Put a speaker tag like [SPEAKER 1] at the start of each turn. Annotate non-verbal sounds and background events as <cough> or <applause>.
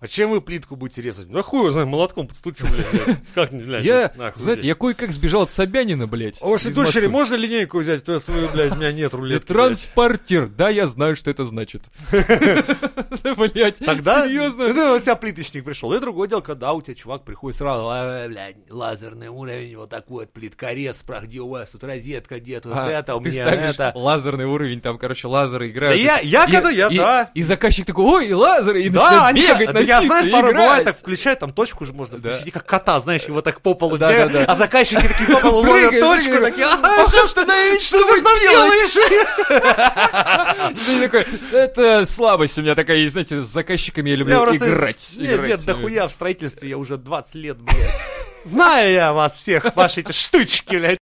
[SPEAKER 1] А чем вы плитку будете резать? Да хуй, его знает, молотком подстучу,
[SPEAKER 2] <laughs>
[SPEAKER 1] блядь. Как не, блядь,
[SPEAKER 2] Я,
[SPEAKER 1] нахуй,
[SPEAKER 2] знаете, я кое-как сбежал от Собянина, блядь.
[SPEAKER 1] А у вашей
[SPEAKER 2] из
[SPEAKER 1] дочери
[SPEAKER 2] Москвы.
[SPEAKER 1] можно линейку взять? То я свою, блядь, у меня
[SPEAKER 2] <laughs>
[SPEAKER 1] нет
[SPEAKER 2] И
[SPEAKER 1] рулетки. блядь.
[SPEAKER 2] Транспортир, да, я знаю, что
[SPEAKER 1] <laughs>
[SPEAKER 2] это значит. Блять,
[SPEAKER 1] Тогда?
[SPEAKER 2] серьезно?
[SPEAKER 1] Ну, у тебя плиточник пришел. И другое дело, когда у тебя чувак приходит сразу, «А, блядь, лазерный уровень, вот такой вот плиткорез, про где у вас тут розетка, где тут
[SPEAKER 2] А,
[SPEAKER 1] это, у
[SPEAKER 2] ты
[SPEAKER 1] меня
[SPEAKER 2] ставишь
[SPEAKER 1] это.
[SPEAKER 2] лазерный уровень, там, короче, лазеры играют.
[SPEAKER 1] Да я- я
[SPEAKER 2] И-
[SPEAKER 1] когда- я,
[SPEAKER 2] и-
[SPEAKER 1] да.
[SPEAKER 2] И заказчик такой, ой, и лазеры, и
[SPEAKER 1] Да,
[SPEAKER 2] начинает
[SPEAKER 1] они,
[SPEAKER 2] бегать,
[SPEAKER 1] да, я,
[SPEAKER 2] носиться,
[SPEAKER 1] знаешь, порой бывает, так
[SPEAKER 2] играть.
[SPEAKER 1] включают, там точку же можно
[SPEAKER 2] Да.
[SPEAKER 1] включить, и как кота, знаешь, его так по полу
[SPEAKER 2] Да,
[SPEAKER 1] бегают,
[SPEAKER 2] да, да.
[SPEAKER 1] а заказчики такие по полу ловят
[SPEAKER 2] Прыгает,
[SPEAKER 1] точку,
[SPEAKER 2] прыгает.
[SPEAKER 1] такие, а,
[SPEAKER 2] Ох, остановись, что вы делаете? Ты такой, это слабость у меня такая есть, знаете, с заказчиками я люблю
[SPEAKER 1] Я просто-
[SPEAKER 2] играть.
[SPEAKER 1] Нет,
[SPEAKER 2] играть
[SPEAKER 1] нет,
[SPEAKER 2] с ними.
[SPEAKER 1] дохуя в строительстве, я уже 20 лет, блядь. Знаю я вас всех, ваши эти штучки, блядь.